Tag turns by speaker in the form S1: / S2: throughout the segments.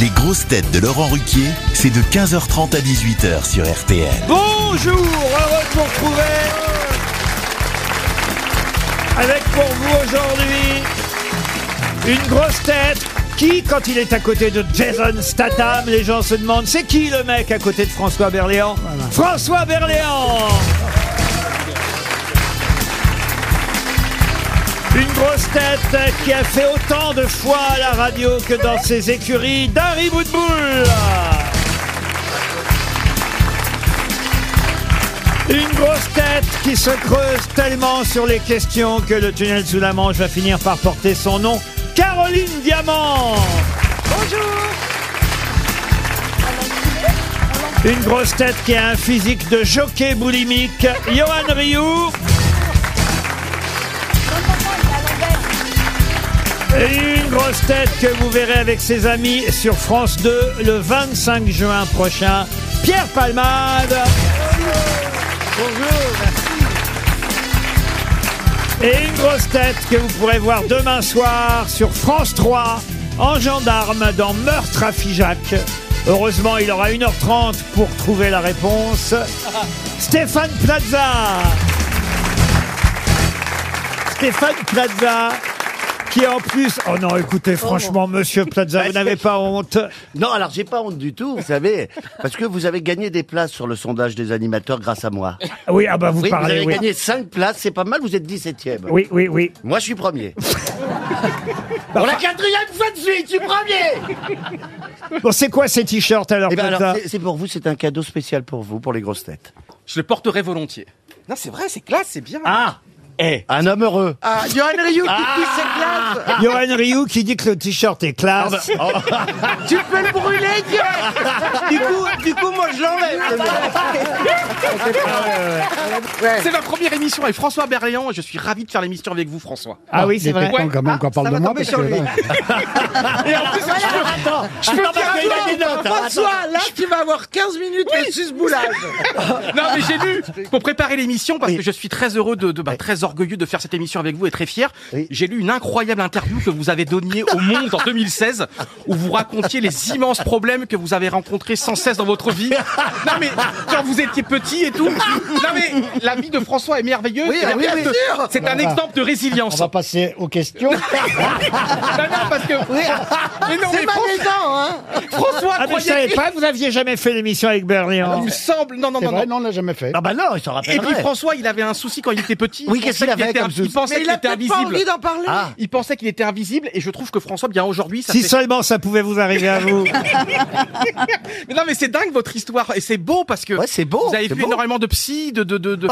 S1: Les grosses têtes de Laurent Ruquier, c'est de 15h30 à 18h sur RTL.
S2: Bonjour, heureux de vous retrouver avec pour vous aujourd'hui une grosse tête qui, quand il est à côté de Jason Statham, les gens se demandent c'est qui le mec à côté de François Berléand François Berléand Une grosse tête qui a fait autant de fois à la radio que dans ses écuries d'Harry Boudboul. Une grosse tête qui se creuse tellement sur les questions que le tunnel sous la Manche va finir par porter son nom. Caroline Diamant Une grosse tête qui a un physique de jockey boulimique, Johan Rioux. Et une grosse tête que vous verrez avec ses amis sur France 2 le 25 juin prochain, Pierre Palmade. Et une grosse tête que vous pourrez voir demain soir sur France 3 en gendarme dans Meurtre à Figeac. Heureusement, il aura 1h30 pour trouver la réponse. Stéphane Plaza. Stéphane Plaza qui en plus... Oh non, écoutez, franchement, monsieur Plaza, vous n'avez pas honte.
S3: Non, alors j'ai pas honte du tout, vous savez, parce que vous avez gagné des places sur le sondage des animateurs grâce à moi.
S2: Oui, ah bah vous
S3: oui,
S2: parlez,
S3: vous avez
S2: oui.
S3: gagné 5 places, c'est pas mal, vous êtes 17e.
S2: Oui, oui, oui.
S3: Moi, je suis premier. Pour la quatrième fois de suite, je suis premier
S2: Bon, c'est quoi ces t-shirts alors,
S3: Eh ben
S2: Plaza
S3: alors, c'est- c'est pour vous, c'est un cadeau spécial pour vous, pour les grosses têtes.
S4: Je le porterai volontiers. Non, c'est vrai, c'est classe, c'est bien.
S3: Ah Eh Un homme heureux Ah, Johan Rioux qui dit c'est classe
S2: Johan Rioux qui dit que le t-shirt
S3: Ah,
S2: est classe.
S3: Tu peux le brûler,
S5: Du coup, du coup, moi je l'enlève.
S4: C'est ma première émission avec François Berléand et je suis ravi de faire l'émission avec vous, François.
S2: Ah oui, c'est vrai.
S4: Ouais.
S6: quand même qu'on parle de moi. parce que, là,
S4: Et en plus, je peux, je peux dire-
S2: hein.
S5: François, là tu vas avoir 15 minutes de susboulage.
S4: Non, mais j'ai lu, pour préparer l'émission, parce que je suis très heureux, de, de- bah, très orgueilleux de faire cette émission avec vous et très fier, j'ai lu une incroyable interview que vous avez donnée au Monde en 2016, où vous racontiez les immenses problèmes que vous avez rencontrés sans cesse dans votre vie. Non, mais quand vous étiez petit et tout. Non, mais la vie de François est merveilleuse.
S5: Oui, ah
S4: Et la
S5: oui,
S4: vie
S5: bien
S4: de-
S5: sûr.
S4: C'est un exemple de résilience.
S6: on va passer aux questions.
S4: Non, non, parce que. Mais non, mais François,
S5: malaisant, hein.
S4: François
S2: Ah, mais je
S4: croyait-
S2: savais pas, vous aviez jamais fait l'émission avec Berléand.
S4: Il me semble. Non, non,
S6: C'est
S4: non,
S6: vrai,
S4: non.
S6: non, on l'a jamais fait.
S3: Ah bah non, il s'en
S4: Et puis
S3: rappellerait
S4: François, il avait un souci quand il était petit.
S3: Oui,
S4: Il
S3: qu'est-ce
S4: pensait
S3: qu'il avait
S4: était
S3: comme
S4: Il
S3: souci
S4: pensait
S5: Mais
S4: qu'il
S5: il a
S4: était
S5: peut-être pas
S4: invisible.
S5: envie d'en parler.
S3: Ah
S4: Il pensait qu'il était invisible et je trouve que François, bien aujourd'hui, ça
S2: Si
S4: fait-
S2: seulement ça pouvait vous arriver à vous.
S4: Mais non, mais c'est dingue votre histoire et c'est beau parce que
S3: Ouais, c'est beau,
S4: Vous avez
S3: c'est
S4: vu
S3: beau.
S4: énormément de psy, de de de. de-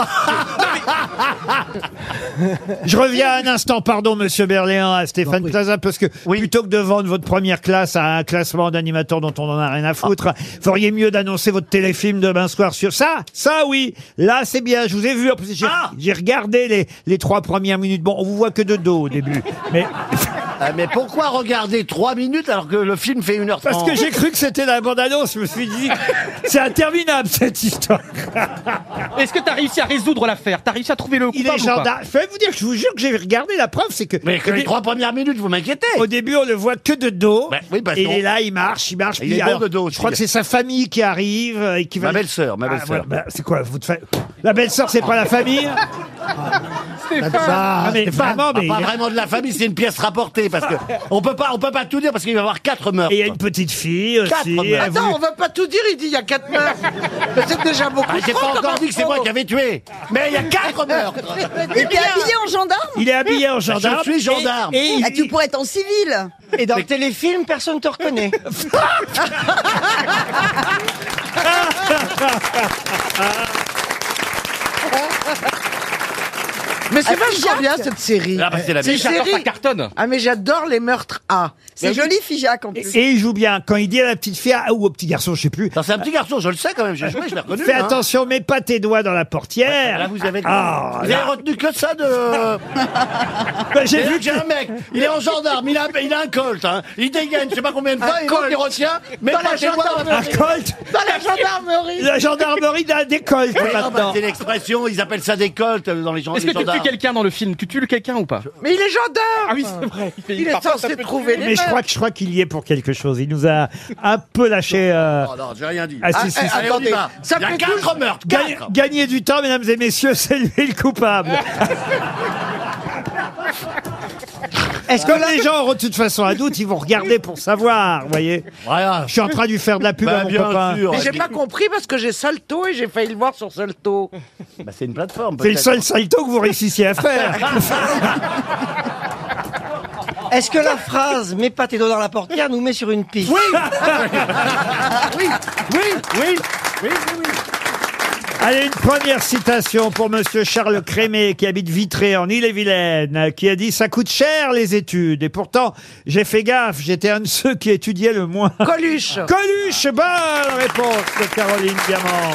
S2: Je reviens un instant, pardon, monsieur Berléand, à Stéphane Plaza, parce que plutôt que de vendre votre première classe à un classement d'animateurs dont on en a rien à foutre, feriez mieux d'annoncer votre téléfilm demain soir sur ça. Ça, oui. Là, c'est bien. Je vous ai vu. En plus, j'ai
S4: Ah
S2: j'ai regardé les, les trois premières minutes. Bon, on vous voit que de dos au début. Mais
S3: Ah, Mais pourquoi regarder 3 minutes alors que le film fait 1h30
S2: parce que j'ai cru que c'était la bande-annonce, je me suis dit, c'est interminable, cette histoire.
S4: Est-ce que t'as réussi à résoudre l'affaire T'as réussi à trouver le
S2: Il
S4: coupable
S2: est
S4: ou pas
S2: gendarme. Je vais vous dire, je vous jure que j'ai regardé la preuve, c'est que.
S3: Mais que
S2: au
S3: les
S2: dé-
S3: 3 premières minutes, vous m'inquiétez
S2: Au début, on le voit que de dos.
S3: Ouais, Bah, oui, parce
S2: Et il
S3: qu'on-
S2: est là, il marche, il marche.
S3: Il
S2: puis
S3: est bon
S2: alors,
S3: de dos,
S2: Je crois
S3: celui-là.
S2: que c'est sa famille qui arrive euh, et qui va.
S3: Ma belle-sœur, ma
S2: Ah,
S3: belle-sœur.
S2: voilà, bah, c'est quoi votre fa- La belle-sœur, c'est pas la famille Ah, mais vraiment, mais.
S3: pas
S2: il y a-
S3: vraiment de la famille, c'est une pièce rapportée parce que on peut pas, on peut pas tout dire parce qu'il va y avoir quatre meurtres.
S2: Et il y a une petite fille
S3: Quatre,
S2: aussi.
S3: mais
S2: elle
S5: Attends,
S2: voulait-
S5: on va pas tout dire, il dit il y a 4 meurtres. Mais c'est déjà beaucoup.
S3: Ah, j'ai
S5: trop,
S3: pas encore
S5: comment
S3: dit que c'est moi qui avais tué, mais il y a quatre meurtres.
S7: Il est habillé en gendarme
S2: Il est habillé en gendarme.
S3: Je suis gendarme.
S2: Et, et il-
S7: Ah, Tu pourrais être en civil
S5: Et dans le téléfilm, personne te reconnaît. Mais c'est vachement
S7: Jacques.
S5: bien cette série.
S3: Ah, bah, c'est la
S5: C'est
S3: meilleure.
S5: une
S4: J'adore ça
S5: série.
S4: cartonne.
S5: Ah mais j'adore les meurtres A.
S7: C'est joli, Figeac, en plus.
S2: et il joue bien. Quand il dit à la petite fille, ah, ou au petit garçon, je sais plus,
S3: Non, c'est un petit garçon, je le sais quand même, j'ai joué, je l'ai reconnu.
S2: fais
S3: hein.
S2: attention, mets pas tes doigts dans la portière.
S3: Là, vous avez,
S2: Ah,
S3: vous
S2: là.
S3: avez retenu que ça de.
S2: Bah, j'ai
S3: J'ai
S2: vu
S3: vu que j'ai un mec, il est en gendarme, il a, un- il a un colt, hein. il dégaine, je sais pas combien de fois, et l'autre, il retient, mais pas chez moi dans
S2: un colt.
S5: Dans la gendarmerie
S2: La gendarmerie a des colts
S3: Ah, bah,
S2: maintenant.
S3: c'est l'expression, ils appellent ça des colts euh, dans les, gens,
S4: Est-ce
S3: les
S4: que tu tues
S3: gendarmes.
S4: quelqu'un dans le film Tu tues quelqu'un ou pas Ah.
S5: Mais il est gendarme
S3: Ah,
S4: oui, c'est vrai.
S5: Il est censé trouver les
S2: Mais je
S5: meurtres.
S2: crois que je crois qu'il y est pour quelque chose. Il nous a un peu lâché. euh,
S3: Oh non, j'ai rien dit.
S2: Ah, si, si,
S3: eh,
S2: si.
S3: allez, on y va.
S5: Ça
S3: Il y a
S5: fait
S3: quatre meurtres,
S2: Gagne-
S3: quatre
S2: Gagner du temps, mesdames et messieurs, c'est lui le coupable. Est-ce que les gens auront de toute façon un doute Ils vont regarder pour savoir, vous voyez.
S3: Voilà.
S2: Je suis en train de lui faire de la pub
S3: Bah,
S2: à mon
S3: bien
S2: copain.
S3: sûr.
S5: Mais j'ai pas compris parce que j'ai Salto et j'ai failli le voir sur Salto.
S3: Bah, c'est une plateforme.
S2: C'est le
S3: peut-être.
S2: seul salto que vous réussissiez à faire.
S6: Est-ce que la phrase Mets pas tes doigts dans la portière nous met sur une piste
S5: Ah
S2: Allez, une première citation pour monsieur Charles Crémé, qui habite Vitré, en Ille-et-Vilaine, qui a dit « Ça coûte cher, les études. Et pourtant, j'ai fait gaffe. J'étais un de ceux qui étudiaient le moins. »
S5: Coluche
S2: Coluche, bonne réponse de Caroline Diamant.